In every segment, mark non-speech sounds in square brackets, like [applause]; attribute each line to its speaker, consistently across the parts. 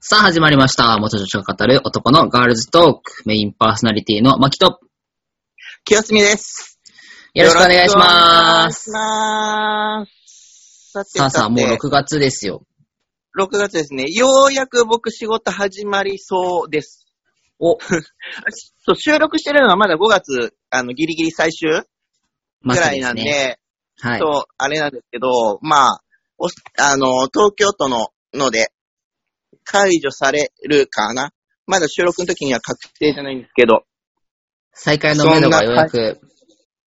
Speaker 1: さあ始まりました。元女子が語る男のガールズトーク。メインパーソナリティのマキと、
Speaker 2: 清澄です。
Speaker 1: よろしくお願いしま
Speaker 2: よろしく
Speaker 1: す。
Speaker 2: お願いします。さて
Speaker 1: さあさあ、
Speaker 2: さ
Speaker 1: もう
Speaker 2: て、
Speaker 1: 6月ですよ。
Speaker 2: 6月ですね。ようやく僕仕事始まりそうです。 [laughs]
Speaker 1: お、
Speaker 2: そう収録してるのはまだ5月、あの、ギリギリ最終ぐ
Speaker 1: まさ
Speaker 2: ら
Speaker 1: に
Speaker 2: い
Speaker 1: で
Speaker 2: な
Speaker 1: す
Speaker 2: んで、
Speaker 1: ね。はい。
Speaker 2: そう、あれなんですけど、まあ、おしあの、東京都の、ので、解除されるかな。まだ収録の時には確定じゃないんですけど、
Speaker 1: 再開の目処が
Speaker 2: そ
Speaker 1: よ
Speaker 2: ん
Speaker 1: う
Speaker 2: な
Speaker 1: やく、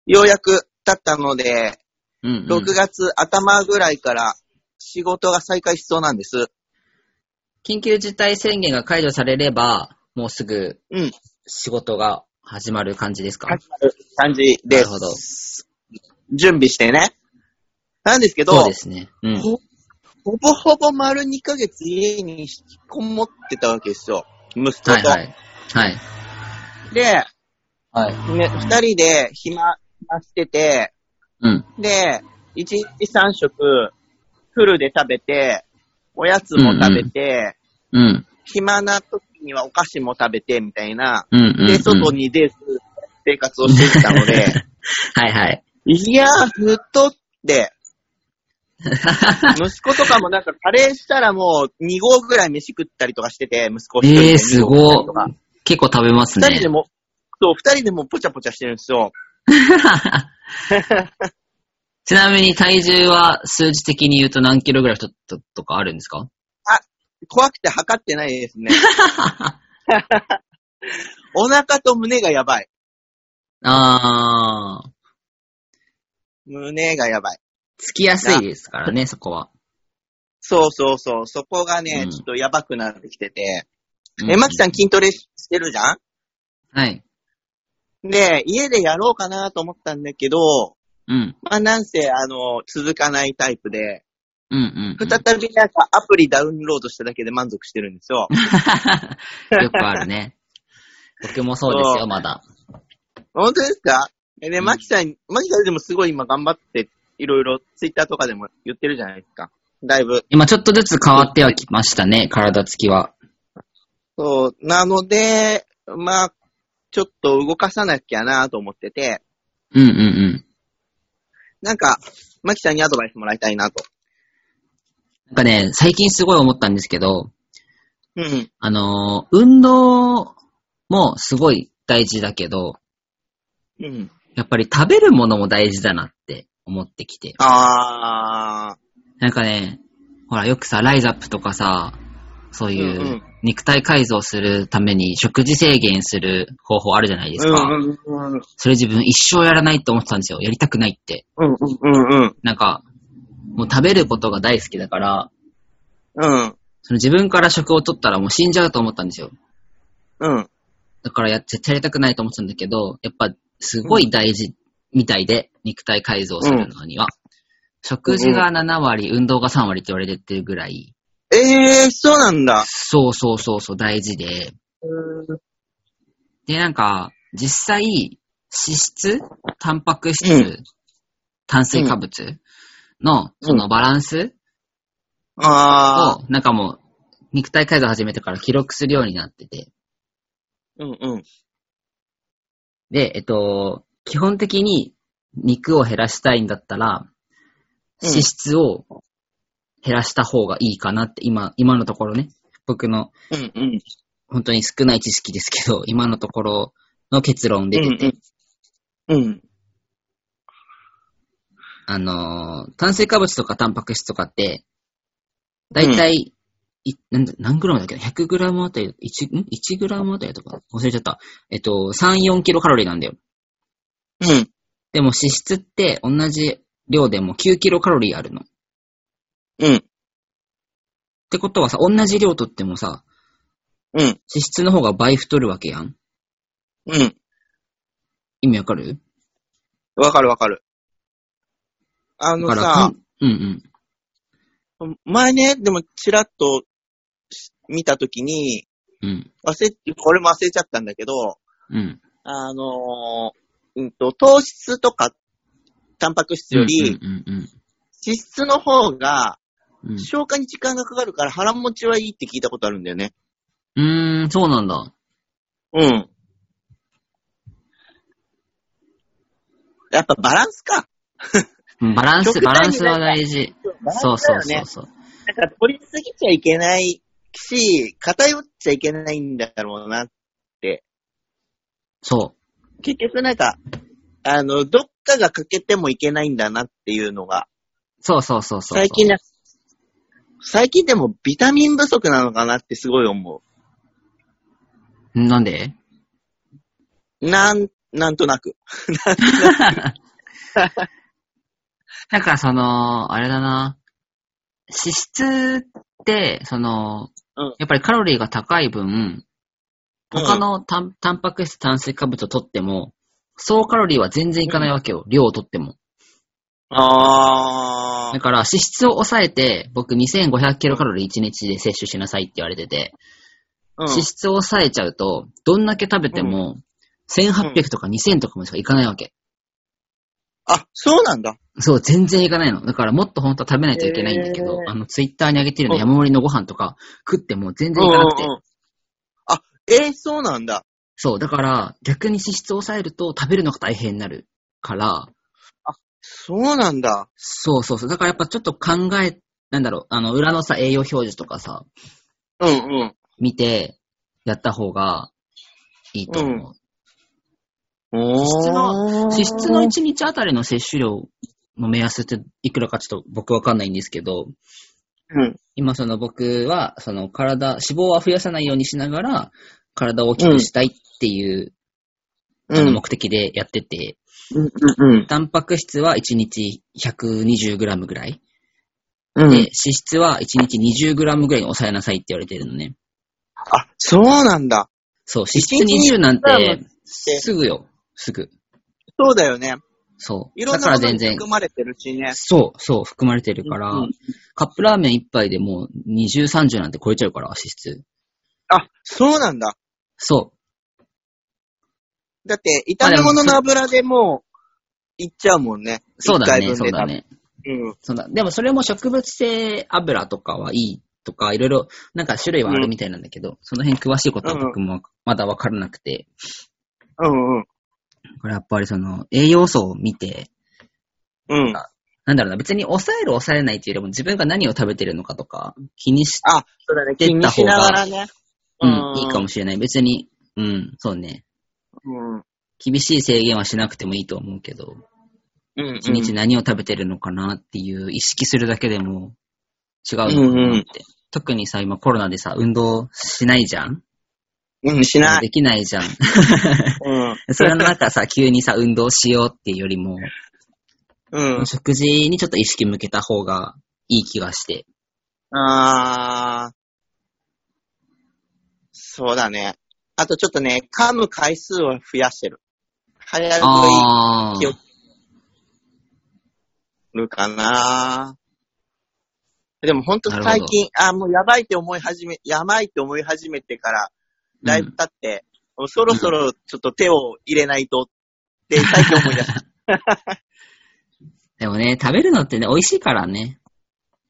Speaker 2: ようやく経ったので、
Speaker 1: うん、うん。
Speaker 2: 6月頭ぐらいから仕事が再開しそうなんです。
Speaker 1: 緊急事態宣言が解除されれば、もうすぐ
Speaker 2: うん。
Speaker 1: 仕事が始まる感じですか、
Speaker 2: 始まる感じ
Speaker 1: な
Speaker 2: で
Speaker 1: る
Speaker 2: す。
Speaker 1: ほど。
Speaker 2: 準備してね。なんですけど、
Speaker 1: そうですね。うん。
Speaker 2: ほほぼほぼ丸2ヶ月家に引きこもってたわけですよ。息子と。
Speaker 1: はいはい。はい。
Speaker 2: で、
Speaker 1: はい。
Speaker 2: ね、2人で暇、暇してて、
Speaker 1: うん。
Speaker 2: で、1日3食フルで食べて、おやつも食べて、
Speaker 1: うん。
Speaker 2: 暇な時にはお菓子も食べて、みたいな。
Speaker 1: うん。うん。
Speaker 2: で、外
Speaker 1: に
Speaker 2: に出ず、生活をしてきたので、
Speaker 1: [laughs] はいはい。
Speaker 2: いやー、太
Speaker 1: [laughs]
Speaker 2: って、息子とかもなんかカレーしたらもう2合ぐらい飯食ったりとかしてて、息子一人で
Speaker 1: ええー、す
Speaker 2: 二合
Speaker 1: ごい
Speaker 2: とか。
Speaker 1: 結構食べますね。
Speaker 2: 二人でも、そう、二人でもぽちゃぽちゃしてるんですよ。
Speaker 1: [laughs] ちなみに体重は数字的に言うと何キロぐらい太ったとかあるんですか
Speaker 2: 怖くて測ってないです
Speaker 1: [laughs]
Speaker 2: ね。お腹と胸がやばい。
Speaker 1: あー、
Speaker 2: 胸がやばい。
Speaker 1: つきやすいですからね、そこは。
Speaker 2: そうそうそう。そこがね、
Speaker 1: うん
Speaker 2: ちょっとやばくなってきてて。
Speaker 1: う
Speaker 2: え、マキさん筋トレしてるじゃん
Speaker 1: はい。
Speaker 2: で、家でやろうかなと思ったんだけど、
Speaker 1: うん。
Speaker 2: まあなんせ、あの、続かないタイプで、
Speaker 1: うんうん、うん。
Speaker 2: 再びなんかアプリダウンロードしただけで満足してるんですよ。
Speaker 1: よくある
Speaker 2: [laughs]
Speaker 1: ね。僕もそうです
Speaker 2: そ
Speaker 1: よ、
Speaker 2: う
Speaker 1: まだ。
Speaker 2: 本当ですかえ、
Speaker 1: う
Speaker 2: ね、
Speaker 1: ん
Speaker 2: マキさん、マキさんでもすごい今頑張って、いろいろツイッターとかでも言ってるじゃないですか。だいぶ。
Speaker 1: 今ちょっとずつ変わってはきましたね、体つきは。
Speaker 2: そう、なので、まあ、ちょっと動かさなきゃなと思ってて、
Speaker 1: うんうんうん。
Speaker 2: なんか、マキさんにアドバイスもらいたいなと。
Speaker 1: なんかね、最近すごい思ったんですけど、
Speaker 2: うん。
Speaker 1: あのー運動もすごい大事だけど、
Speaker 2: うん。
Speaker 1: やっぱり食べるものも大事だなって思ってきて。
Speaker 2: あ
Speaker 1: なんかね、ほら、よくさ、ライザップとかさ、そうい
Speaker 2: うんう
Speaker 1: うん肉体改造するために食事制限する方法あるじゃないで
Speaker 2: ー。
Speaker 1: すか。
Speaker 2: うんうん
Speaker 1: それ自分一生やらないって思ってたんですよ。やりたくないって。
Speaker 2: うんうんうんうん。
Speaker 1: なんか、もう食べることが大好きだから、
Speaker 2: うん。
Speaker 1: その自分から食を取ったらもう死んじゃうと思ったんですよ。
Speaker 2: うん。
Speaker 1: だからやっ絶対やりたくないと思ってたんだけど、やっぱすごい大事みたいで、肉体改造するのには。食事が7割、運動が3割って言われてるぐらい、
Speaker 2: ええー、そうなんだ。
Speaker 1: そうそうそうそう、大事で。で、なんか、実際、脂質、タンパク質、
Speaker 2: うん
Speaker 1: 炭水化物の、
Speaker 2: うん
Speaker 1: そのバランス
Speaker 2: ああ。
Speaker 1: を、なんかもう、肉体改造始めてから記録するようになってて。
Speaker 2: うんうん。
Speaker 1: で、えっと、基本的に肉を減らしたいんだったら、
Speaker 2: うん
Speaker 1: 脂質を減らした方がいいかなって、今、今のところね、僕の
Speaker 2: うんうん。
Speaker 1: 本当に少ない知識ですけど、今のところの結論出てて、
Speaker 2: うんうん。
Speaker 1: あのー炭水化物とかタンパク質とかって、だいたい、いなんだ何グラムだっけ ?100 グラムあたり、1, ん1グラムあたりとか忘れちゃった。えっと、3、4キロカロリーなんだよ。
Speaker 2: うん。
Speaker 1: でも脂質って同じ量でも9キロカロリーあるの。っ
Speaker 2: うん。
Speaker 1: てことはさ、同じ量とってもさ、
Speaker 2: うん。
Speaker 1: 脂質の方が倍太るわけやん。
Speaker 2: うん。
Speaker 1: 意味わかる
Speaker 2: わかるわかる。あ
Speaker 1: だ
Speaker 2: の
Speaker 1: から、
Speaker 2: さ、
Speaker 1: うんうん。
Speaker 2: 前ね、でもちらっとし見たときに、
Speaker 1: うん。
Speaker 2: 忘れ、これも忘れちゃったんだけど、
Speaker 1: うん。
Speaker 2: あのーうんと、糖質とか、タンパク質よ
Speaker 1: う
Speaker 2: り、
Speaker 1: んうんうん
Speaker 2: 脂質の方が、
Speaker 1: うん
Speaker 2: 消化に時間がかかるから腹持ちはいいって聞いたことあるんだよね。
Speaker 1: うーん、そうなんだ。
Speaker 2: うん。やっぱバランスか。
Speaker 1: うんバランス、
Speaker 2: 極
Speaker 1: バ
Speaker 2: 端に
Speaker 1: ランスは大事。
Speaker 2: バラ
Speaker 1: そ
Speaker 2: ン
Speaker 1: う
Speaker 2: スだ
Speaker 1: そ
Speaker 2: よ
Speaker 1: うそ
Speaker 2: ね
Speaker 1: う。そう。
Speaker 2: だから取りすぎちゃいけないし、偏っちゃいけないんだろうな。
Speaker 1: そ
Speaker 2: 結局なんか、あの、どっかが欠けてもいけないんだなっていうのが、
Speaker 1: う。そうそうそうそう。
Speaker 2: 最近な、最近でもビタミン不足なのかなってすごい思
Speaker 1: なんで
Speaker 2: う。なん、なんとなく。
Speaker 1: なんかその、あれだな。脂質って、その
Speaker 2: うん、
Speaker 1: やっぱりカロリーが高い分、
Speaker 2: うん
Speaker 1: 他のタンタンパク質、炭水化物を取っても、総カロリーは全然いかないわけよ。量を取っても。
Speaker 2: あ
Speaker 1: だ
Speaker 2: ー。
Speaker 1: から脂質を抑えて、僕2500キロカロリー1日で摂取しなさいって言われてて、
Speaker 2: うん
Speaker 1: 脂質を抑えちゃうと、どんだけ食べても、1800とか2000とかもしかいかないわけ。
Speaker 2: あ、そうなんだ。
Speaker 1: そう、全然いかないの。だからもっと本当は食べないといけないんだけど
Speaker 2: へ、ー
Speaker 1: あの、ツイッターに上げてるの
Speaker 2: うん
Speaker 1: 山盛りのご飯とか食っても全然いかなくて
Speaker 2: うん。うんうんあ、えーそうなんだ。
Speaker 1: そう、だから逆に脂質を抑えると食べるのが大変になるから、
Speaker 2: そうなんだ。
Speaker 1: そうそうそう。だからやっぱちょっと考え、なんだろう、あの、裏のさ、栄養表示とかさ、
Speaker 2: うんうん。
Speaker 1: 見てやった方がいいと思う。
Speaker 2: お
Speaker 1: 質
Speaker 2: ー
Speaker 1: 脂質の1日あたりの摂取量の目安っていくらかちょっと僕わかんないんですけど、
Speaker 2: うん。
Speaker 1: 今その僕は、その体、脂肪は増やさないようにしながら、体を大きくしたいっていう、
Speaker 2: う
Speaker 1: あの
Speaker 2: ん。
Speaker 1: 目的でやってて、
Speaker 2: うんうん
Speaker 1: タンパク質は1日 120g ぐらい、
Speaker 2: うん。う
Speaker 1: で、
Speaker 2: ん
Speaker 1: 脂。質は1日 20g ぐらいに抑えなさいって言われてるのね。
Speaker 2: あ、そうなんだ。
Speaker 1: そう、脂
Speaker 2: 一
Speaker 1: 質
Speaker 2: 日
Speaker 1: 20なんて
Speaker 2: 20g、
Speaker 1: すぐよ、すぐ。
Speaker 2: そうだよね。
Speaker 1: そう。
Speaker 2: いろ
Speaker 1: だ
Speaker 2: ん
Speaker 1: か
Speaker 2: な
Speaker 1: ら
Speaker 2: もの
Speaker 1: 全
Speaker 2: に
Speaker 1: 然、
Speaker 2: 含まれてるしね。
Speaker 1: そう、そう、含まれてるから、
Speaker 2: うん
Speaker 1: カップラーメン1杯でもう20、30なんて超えちゃうから、脂質。
Speaker 2: あ、そうなんだ。
Speaker 1: そ
Speaker 2: だって、炒め物の油でもう、いっちゃうもんね。
Speaker 1: う、そうだ
Speaker 2: 一回
Speaker 1: ね、
Speaker 2: 分
Speaker 1: そう
Speaker 2: で
Speaker 1: だね。
Speaker 2: うん。
Speaker 1: そうだ。でもそれも植物性油とかはいいとか、いろいろ、なんか種類はあるみたいなんだけど、その辺詳しいことは僕もまだわからなくて、
Speaker 2: うんうん。
Speaker 1: これやっぱりその栄養素を見て、
Speaker 2: うん。
Speaker 1: なんだろうな、別に抑える抑えないっていうよりも自分が何を食べてるのかとか気にし
Speaker 2: あ、そうだね。
Speaker 1: 出
Speaker 2: 気
Speaker 1: た方
Speaker 2: に
Speaker 1: が
Speaker 2: しながらね。
Speaker 1: うん、いいか
Speaker 2: も。
Speaker 1: もしれない。別に、うん、そうね。
Speaker 2: うん。
Speaker 1: 厳しい制限はしなくてもいいと思うけど、
Speaker 2: うん。
Speaker 1: 一日何を食べてるのかなっていう意識するだけでも違うのかなって。特にさ、今コロナでさ、運動しないじゃん
Speaker 2: うん、しない。
Speaker 1: できないじゃん。
Speaker 2: うん。
Speaker 1: それの中さ、急にさ、運動しようっていうよりも、
Speaker 2: うん。
Speaker 1: 食事にちょっと意識向けた方がいい気がして。
Speaker 2: あー。そうだね。あとちょっとね、噛む回数を増やしてる。早食
Speaker 1: あ
Speaker 2: 気を
Speaker 1: ー
Speaker 2: つ。いるかなでもほんと最近、あー、もうやばいって思い始め、やばいって思い始めてから、だいぶ経って、もうそろそろちょっと手を入れないとって最近思い
Speaker 1: [laughs]
Speaker 2: 出した。
Speaker 1: でもね、食べるのってね、美味しいからね。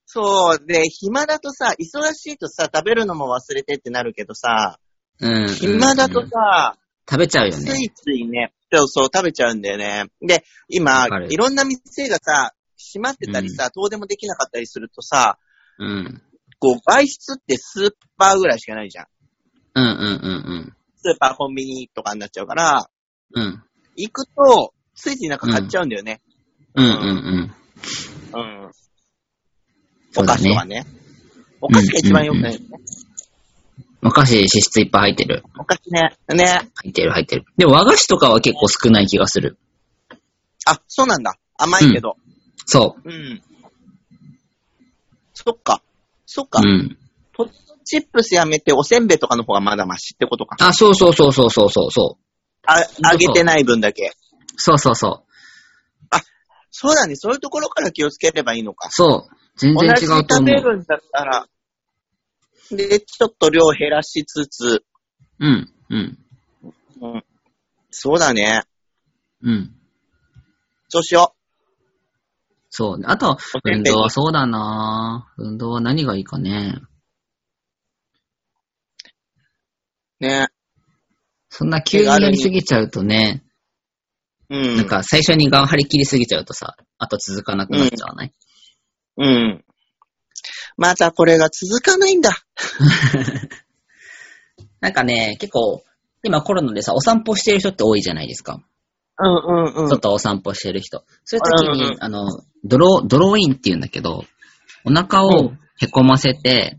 Speaker 2: そう、で、暇だとさ、忙しいとさ、食べるのも忘れてってなるけどさ、
Speaker 1: うん。
Speaker 2: 暇だ
Speaker 1: う
Speaker 2: と
Speaker 1: ん
Speaker 2: さ、
Speaker 1: 食べちゃうよ
Speaker 2: つ
Speaker 1: ね。
Speaker 2: いついね、そうそう、食べちゃうんだよね。で、今
Speaker 1: わか、る
Speaker 2: いろんな店がさ、閉まってたりさ、どうでもできなかったりするとさ、
Speaker 1: うん。
Speaker 2: こう、外出ってスーパーぐらいしかないじゃん。
Speaker 1: うんうん
Speaker 2: スーパー、コンビニとかになっちゃうから、
Speaker 1: うんうん。うん。
Speaker 2: 行くと、ついついなんか買っちゃうんだよね。
Speaker 1: うんうん
Speaker 2: うん。
Speaker 1: そ
Speaker 2: お
Speaker 1: うだ
Speaker 2: 菓
Speaker 1: ね
Speaker 2: 子とかね。お菓子が一番良くないよね。
Speaker 1: うん。お菓子、脂質いっぱい入ってる。
Speaker 2: お菓子ね。ね。
Speaker 1: 入ってる入ってる。でも和菓子とかは結構少ない気がする。
Speaker 2: あ、そうなんだ。甘いけど。
Speaker 1: そ
Speaker 2: うん。そっか。そっ
Speaker 1: う。
Speaker 2: か、
Speaker 1: うん。
Speaker 2: チップスやめておせんべいとかの方がまだマシってことか。
Speaker 1: あ、そうそうそうそうそうそうそ
Speaker 2: あ、あげてない分だけ。
Speaker 1: う。そうそうそう。
Speaker 2: そうだね。そういうところから気をつければいいのか。
Speaker 1: そう。全
Speaker 2: 同
Speaker 1: 然
Speaker 2: じ
Speaker 1: 違うと
Speaker 2: 食
Speaker 1: 思
Speaker 2: べ
Speaker 1: う。
Speaker 2: るんだったら、で、ちょっと量減らしつつ、
Speaker 1: うん。うん。
Speaker 2: うん。そうだね。
Speaker 1: うん。
Speaker 2: そうしよ
Speaker 1: そう。あと、
Speaker 2: おせん
Speaker 1: 運
Speaker 2: べい
Speaker 1: 動はそうだな運動は何がいいかね。
Speaker 2: ね。
Speaker 1: そんな急にやりすぎちゃうとね、
Speaker 2: うん。
Speaker 1: なんか最初に頑張り切りすぎちゃうとさ、あと続かなくなっちゃわない、
Speaker 2: うん。またこれが続かないんだ。
Speaker 1: なんかね、結構、今コロナでさ、お散歩してる人って多いじゃないですか。
Speaker 2: うんうんうん。
Speaker 1: 外お散歩してる人。そういう時
Speaker 2: うんうん
Speaker 1: に
Speaker 2: う、
Speaker 1: あの、ドロー、ドローインって言うんだけど、お腹
Speaker 2: う
Speaker 1: をへこませて、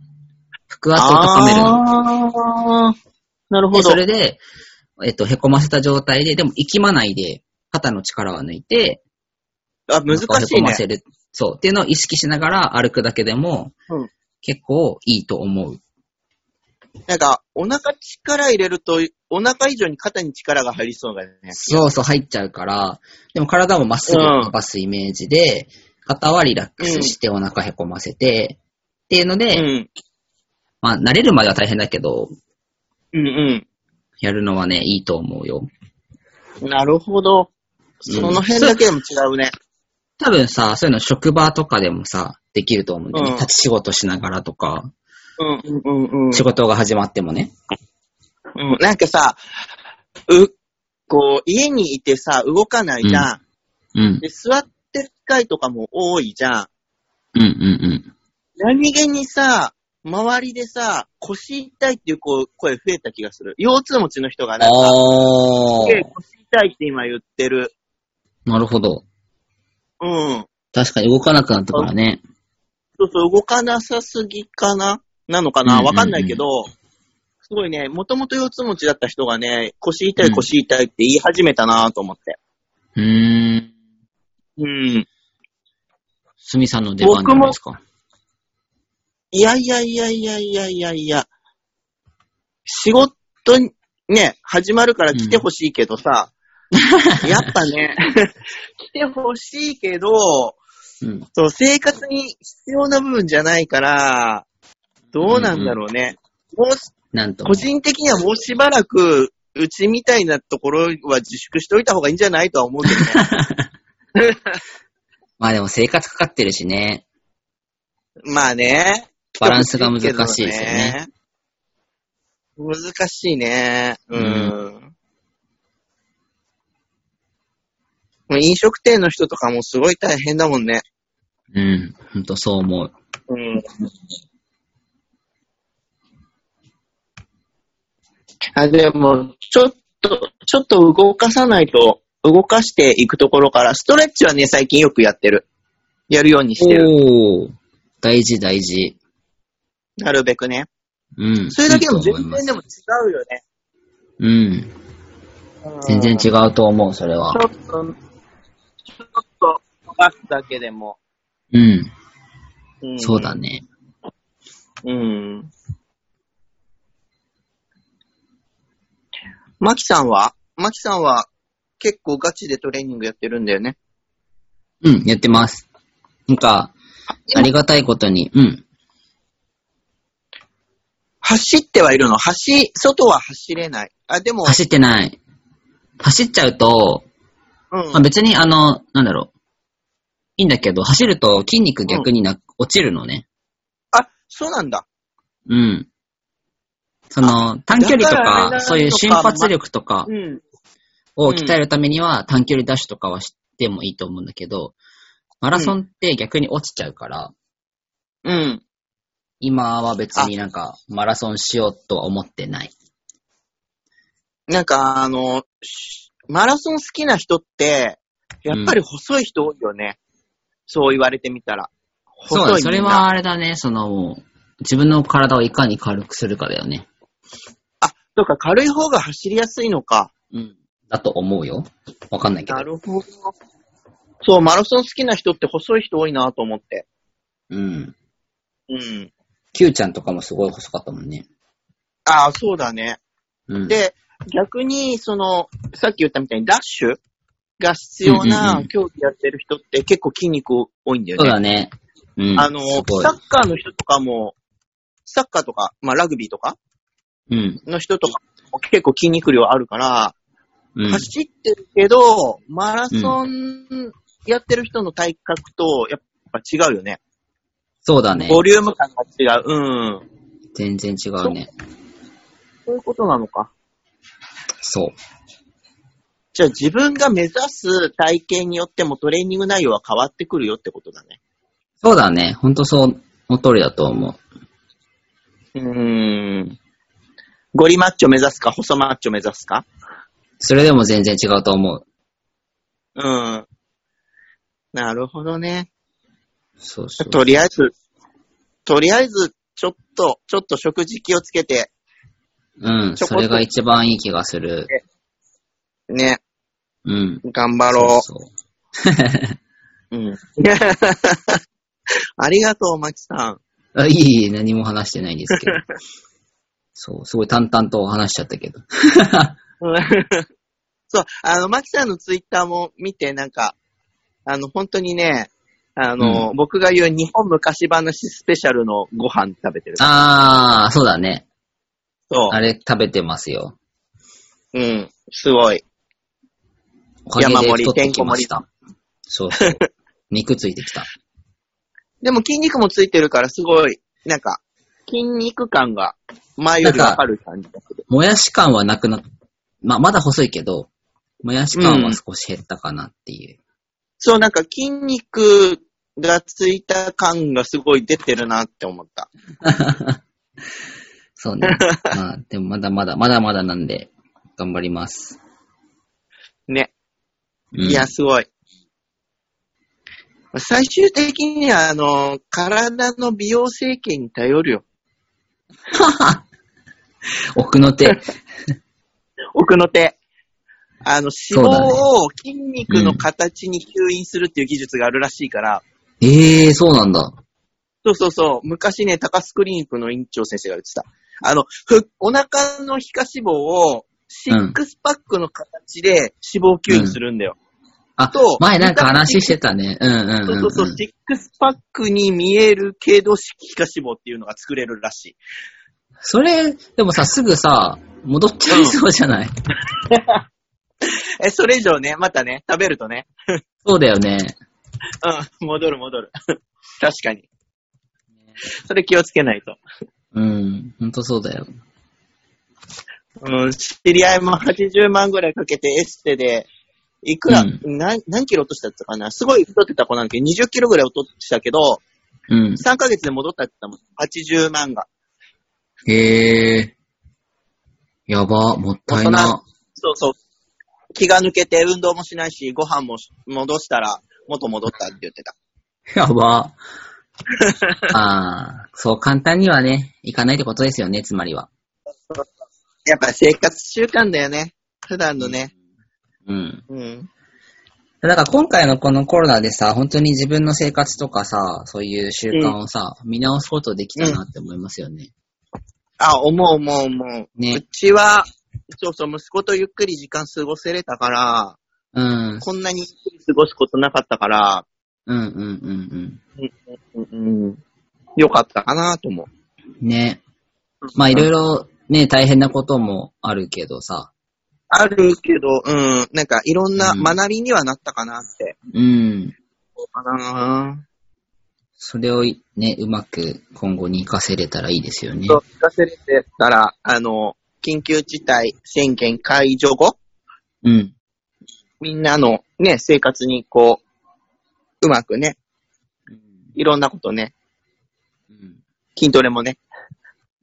Speaker 1: 腹圧を高めるの。
Speaker 2: あーなるほ
Speaker 1: で、
Speaker 2: ど。
Speaker 1: それで、えっと、へこませた状態で、でも、息まないで、肩の力は抜いて、
Speaker 2: あ、難
Speaker 1: お腹を
Speaker 2: し
Speaker 1: へ
Speaker 2: い
Speaker 1: こま
Speaker 2: ね。
Speaker 1: せる。そう。っていうのを意識しながら歩くだけでも、
Speaker 2: うん
Speaker 1: 結構いいと思う。
Speaker 2: なんか、お腹力入れると、お腹以上に肩に力が入りそうだよね。
Speaker 1: そうそう、入っちゃうから、でも体もまっすぐ伸ばすイメージで、肩はリラックスしてお腹へこませて、っていうので、
Speaker 2: うん。
Speaker 1: まあ、慣れるまでは大変だけど、
Speaker 2: うん
Speaker 1: やるのはね、いいと思うよ。
Speaker 2: うん。なるほど。その辺だけでも違うね。
Speaker 1: 多分さ、そういうの職場とかでもさ、できると思うんだよね。
Speaker 2: うん
Speaker 1: 立ち仕事しながらとか、
Speaker 2: うんうんうんうん。
Speaker 1: 仕事が始まってもね。
Speaker 2: うん、なんかさ、う、こう、家にいてさ、動かないじゃん。
Speaker 1: うん。
Speaker 2: で、座ってる機会とかも多いじゃん。
Speaker 1: うんうん
Speaker 2: 何気にさ、周りでさ、腰痛いっていうこう声増えた気がする。腰痛持ちの人が
Speaker 1: うん。
Speaker 2: なんか、
Speaker 1: あ
Speaker 2: すげえ腰痛いって今言ってる。
Speaker 1: ー。なるほど。
Speaker 2: うん。
Speaker 1: 確かに動かなくなったからね。
Speaker 2: そうそう、動かなさすぎかななのか
Speaker 1: うんう
Speaker 2: なん
Speaker 1: うん
Speaker 2: わかんないけど、すごいね、もともと腰痛持ちだった人がね、腰痛い腰痛いって言い始めたなと思って。
Speaker 1: うーん。
Speaker 2: うん。
Speaker 1: すみさんの出番じゃないですか。
Speaker 2: いやいやいやいやいやいやいや。仕事に、ね、始まるから来てほしいけどさ、やっ
Speaker 1: [laughs]
Speaker 2: ぱね、来てほしいけど、
Speaker 1: うん。
Speaker 2: そう、生活に必要な部分じゃないから、どうなんだろうね。もうし、
Speaker 1: なんとも
Speaker 2: 個。人的にはもうしばらく、うちみたいなところは自粛しておいた方がいいんじゃないとは思うけどね。
Speaker 1: [laughs] まあでも生活かかってるしね。
Speaker 2: まあね。
Speaker 1: バランスが難しいですよね。
Speaker 2: 難しいね。うん。もう飲食店の人とかもすごい大変だもんね。
Speaker 1: うん。ほんとそう思う。
Speaker 2: うん。あ、でも、ちょっと、ちょっと動かさないと、動かしていくところから、ストレッチはね、最近よくやってる。やるようにしてる。
Speaker 1: おー。大事大事。
Speaker 2: なるべくね。
Speaker 1: うん。
Speaker 2: それだけでも
Speaker 1: いいと
Speaker 2: 全
Speaker 1: 思い
Speaker 2: 然
Speaker 1: ます
Speaker 2: でも違うよね。
Speaker 1: うん。全然違うと思う、それは
Speaker 2: ち。ょっと、ちょっと伸ばすだけでも。
Speaker 1: うん。
Speaker 2: うん
Speaker 1: そうだ。ね。
Speaker 2: うん。マキさんはマキさんは結構ガチでトレーニングやってるんだよね。
Speaker 1: うん、やってます。なんか、ありがたいことに、うん。
Speaker 2: 走ってはいるの走、外は走れない。あ、でも、
Speaker 1: 走ってない。走っちゃうと、
Speaker 2: うん。
Speaker 1: まあ、別にあの、なんだろう。いいんだけど、走ると筋肉逆にな、落ちるのね。
Speaker 2: あ、そうなんだ。
Speaker 1: うん。その、短距離と
Speaker 2: だからあ
Speaker 1: か
Speaker 2: れだ
Speaker 1: そういう瞬発力とか
Speaker 2: うん。
Speaker 1: を鍛えるためには、短距離ダッシュとかはしてもいいと思うんだけど、マラソンって逆に落ちちゃうから、
Speaker 2: うん。
Speaker 1: 今は別になんか、マラソンしようとは思ってない。
Speaker 2: なんか、あの、しマラソン好きな人って、やっぱり細い人多いよね。そう言われてみたら。細い
Speaker 1: そうだ、そ
Speaker 2: み
Speaker 1: れ
Speaker 2: んな
Speaker 1: はあれだね、その、自分の体をいかに軽くするかだよね。
Speaker 2: あ、そうか、軽い方が走りやすいのか。
Speaker 1: うん。だと思うよ。わかんないけど。
Speaker 2: るほど。そう、マラソン好きな人って細い人多いなと思って。
Speaker 1: うん。
Speaker 2: うん。
Speaker 1: キューちゃんとかもすごい細かったもんね。
Speaker 2: ああ、そうだね。
Speaker 1: うん。
Speaker 2: で、逆に、その、さっき言ったみたいにダッシュが必要
Speaker 1: うんうん
Speaker 2: な
Speaker 1: うん
Speaker 2: 競技やってる人って結構筋肉多いんだよ
Speaker 1: そう
Speaker 2: ね。
Speaker 1: だね。うん。
Speaker 2: あの
Speaker 1: す、ごい
Speaker 2: サッカーの人とかも、サッカーとか、まあラグビーとか
Speaker 1: うん。
Speaker 2: の人とかも結構筋肉量あるから、
Speaker 1: うん。
Speaker 2: 走ってるけど、マラソンやってる人の体格と、やっぱ違うよね。
Speaker 1: そうだね。
Speaker 2: ボリューム感が違う。うん。
Speaker 1: 全然違うね。
Speaker 2: そういうことなのか。
Speaker 1: そう。
Speaker 2: じゃあ自分が目指す体型によってもトレーニング内容は変わってくるよってことだね。
Speaker 1: そうだね。ほんとそう、の通りだと思う。
Speaker 2: うーん。ゴリマッチョ目指すか、細マッチョ目指すか。
Speaker 1: それでも全然違うと思う。
Speaker 2: うん。なるほどね。
Speaker 1: そうそう。
Speaker 2: とりあえず、とりあえず、ちょっと、ちょっと食事気をつけて、
Speaker 1: うん。
Speaker 2: ちょ
Speaker 1: そ
Speaker 2: こっと
Speaker 1: れが一番いい気がする。
Speaker 2: ね、
Speaker 1: うん。
Speaker 2: 頑張ろ
Speaker 1: そうそう
Speaker 2: う。うん。 [laughs] ありがとう、まきさん。
Speaker 1: あいい、何も話してないん
Speaker 2: [laughs]
Speaker 1: ですけど。そう、すごい淡々と話しちゃったけど。
Speaker 2: そう、あの、まきさんのツイッターも見て、なんか、あの、本当にね、あの、僕が言う日本昔話スペシャルのご飯食べてる。
Speaker 1: あー、そうだね。
Speaker 2: そ
Speaker 1: あれ食べてますよ。
Speaker 2: う。うん。すごい。
Speaker 1: おかげ
Speaker 2: 山
Speaker 1: で
Speaker 2: 盛り
Speaker 1: 太ってきました。そうそう。
Speaker 2: [laughs]
Speaker 1: 肉ついてきた。
Speaker 2: でも筋肉もついてるから、すごい、なんか、筋肉感が前よりわかる感じがする。
Speaker 1: もやし感はなくなっ、まあ、まだ細いけど、もやし感は少し減ったかなっていう。
Speaker 2: そう、なんか筋肉がついた感がすごい出てるなって思った。
Speaker 1: そうね。まあ、でもまだまだ、まだまだなんで、頑張ります。
Speaker 2: ね。
Speaker 1: うん
Speaker 2: いや、、すごい。最終的には、あの、体の美容整形に頼るよ。
Speaker 1: 奥の手。
Speaker 2: 奥の手。あの、
Speaker 1: う
Speaker 2: 脂
Speaker 1: だね
Speaker 2: 肪を筋肉の形に吸引するっていう技術があるらしいから、
Speaker 1: ええー、そうなんだ。
Speaker 2: そうそうそう。昔ね、高須クリニックの院長先生が言ってた。あの、ふお腹の皮下脂肪を、シックスパックの形で脂肪吸引するんだよ。
Speaker 1: あ
Speaker 2: そう、
Speaker 1: 前なんか話してたね。うんうんうん、うん。
Speaker 2: そうそうそう、シックスパックに見える軽度式皮下脂肪っていうのが作れるらしい。
Speaker 1: それ、でもさ、すぐさ、戻っちゃいそうじゃない、
Speaker 2: え、それ以上ね、またね、食べるとね。
Speaker 1: そうだよね。
Speaker 2: うん、戻る戻る。確かに。それ気をつけないと。
Speaker 1: うん、ほんとそうだよ。
Speaker 2: うん、知り合いも80万ぐらいかけてエステで、いくら、
Speaker 1: うん
Speaker 2: 何、何キロ落としたってかなすごい太ってた子なんだけど、20キロぐらい落としたけど、
Speaker 1: うん。
Speaker 2: 3ヶ月で戻ったって言ったもん。80万が。
Speaker 1: へえ。やば、もったいな。
Speaker 2: そうそう。気が抜けて運動もしないし、ご飯もし戻したら、元戻ったって言ってた。
Speaker 1: やば。 [laughs] ああ、そう簡単にはね、いかないってことですよね、つまりは。
Speaker 2: やっぱ生活習慣だよね。普段のね。
Speaker 1: うん。
Speaker 2: うん。
Speaker 1: だから今回のこのコロナでさ、本当に自分の生活とかさ、そういう習慣をさ、見直すことできたなって思いますよね。
Speaker 2: あ、思う思う思う。
Speaker 1: ね
Speaker 2: うちは、そうそう、息子とゆっくり時間過ごせれたから、
Speaker 1: うん。
Speaker 2: こんなにゆっくり過ごすことなかったから、
Speaker 1: うんうんうん
Speaker 2: うんうん、よかったかなと思う。
Speaker 1: うん。ね。まあいろいろね、大変なこともあるけどさ。
Speaker 2: あるけど、うん、なんかいろんな
Speaker 1: うん
Speaker 2: 学びにはなったかなって。
Speaker 1: うん。
Speaker 2: そうかな
Speaker 1: それをね、うまく今後に活かせれたらいいですよね。
Speaker 2: そう、聞かせれてたら、あの、緊急事態宣言解除後、
Speaker 1: うん。
Speaker 2: みんなのね、生活にこう、うまくね、いろんなことね、
Speaker 1: うん。
Speaker 2: 筋トレもね、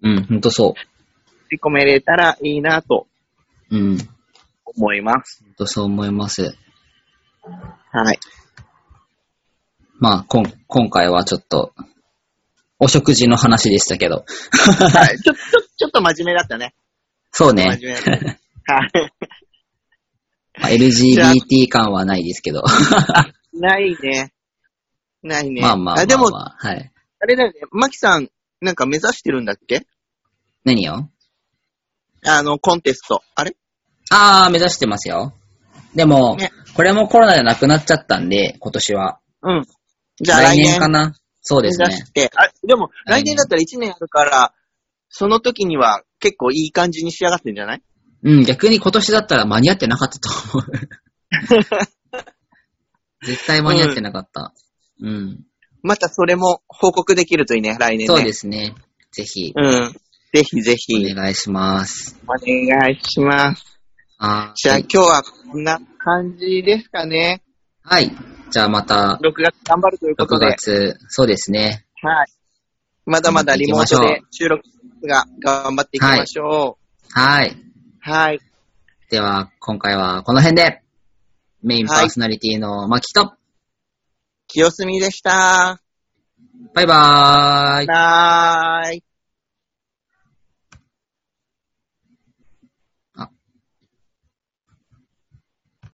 Speaker 1: うん、ほんとそ
Speaker 2: 取り込めれたらいいなと
Speaker 1: う。うん。ほ
Speaker 2: 思います。
Speaker 1: んとそう思います。
Speaker 2: はい。
Speaker 1: まあ、こん、今回はちょっと、お食事の話でしたけど。
Speaker 2: はい、 [laughs] ちょ、ちょ、ちょっと真面目だったね。
Speaker 1: そうね
Speaker 2: 真。面目だった。はい。
Speaker 1: まあ LGBT 感はないですけど。
Speaker 2: ないね。ない
Speaker 1: [laughs]
Speaker 2: ね。
Speaker 1: まあまあまあまあ。
Speaker 2: でも、
Speaker 1: はい。
Speaker 2: あれだよね、マキさん、なんか目指してるんだっけ
Speaker 1: 何よ
Speaker 2: あの、コンテスト。あれ
Speaker 1: あー、目指してますよ。でも、
Speaker 2: ね
Speaker 1: これもコロナでなくなっちゃったんで、今年は。
Speaker 2: うん。じゃあ来年
Speaker 1: かなそう
Speaker 2: 目
Speaker 1: です
Speaker 2: 指
Speaker 1: ね。
Speaker 2: して。あ、でも、
Speaker 1: 来
Speaker 2: 来
Speaker 1: 年
Speaker 2: 年だったら1年あるから、その時には結構いい感じに仕上がってんじゃない [laughs]
Speaker 1: うん、逆に今年だったら間に合ってなかったと思う。絶対間に合ってなかった。うん。
Speaker 2: またそれも報告できるといいね、来年ね。
Speaker 1: そうですね。ぜひ、
Speaker 2: うん。ぜひぜひ、
Speaker 1: お願いします。
Speaker 2: お願いします。
Speaker 1: あ
Speaker 2: じゃあ
Speaker 1: はい
Speaker 2: 今日はこんな感じですかね。
Speaker 1: はい。じゃあまた、
Speaker 2: 6月頑張るというこ
Speaker 1: 6
Speaker 2: とで。はい。
Speaker 1: 月、そうですね。
Speaker 2: まだまだリモートで収録ですが頑張っていきましょ
Speaker 1: はい。
Speaker 2: う。はい。
Speaker 1: では、今回はこの辺で、メインパーソナリティのマキと、
Speaker 2: 清澄でした。
Speaker 1: バイバーイ。
Speaker 2: はーい。